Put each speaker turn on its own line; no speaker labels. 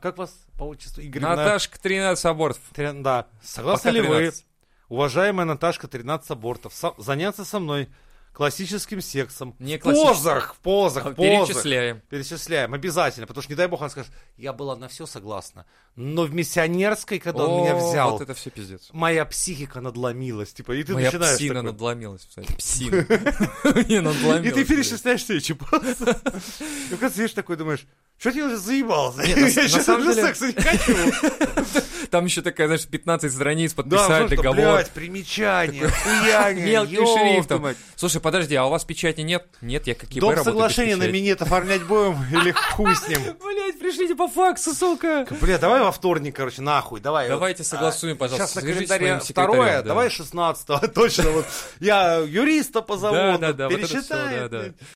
Как вас по отчеству? Игоревна?
Наташка 13 абортов.
Трин- Да. Согласны
Пока
ли вы,
13.
уважаемая Наташка 13 абортов, со- заняться со мной классическим сексом?
Не
в
классическим.
позах, в позах, в позах.
А Перечисляем.
Перечисляем, обязательно, потому что, не дай бог, он скажет, я была на все согласна, но в миссионерской, когда он меня
О,
взял,
Вот это все пиздец.
моя психика надломилась, типа, и ты
Моя
начинаешь
псина
такой,
надломилась, кстати. Псина. Не надломилась.
И ты
блядь.
перечисляешь себе чипасы. И в конце сидишь такой, думаешь, что ты уже заебался?
Не, на-
Я
на
сейчас
самом
уже
деле-
секса не хочу.
Там еще такая, знаешь, 15 страниц
потому
подписать
ну что,
договор.
блядь, примечание, хуяние,
Мелким
ёб
шрифтом.
мать.
Слушай, подожди, а у вас печати нет? Нет, я как ИБ
Дом
работаю без
соглашения на
печати.
минет оформлять будем или хуй с ним?
Блять, пришлите по факсу, сука.
Бля, давай во вторник, короче, нахуй, давай. А,
Давайте согласуем, пожалуйста,
Сейчас на
свяжитесь с
календаре
моим секретарем,
второе,
да.
давай 16 точно. Вот я юриста позову,
Да,
он
да, да, вот это всё,
пересчитает.
да, да.
блядь.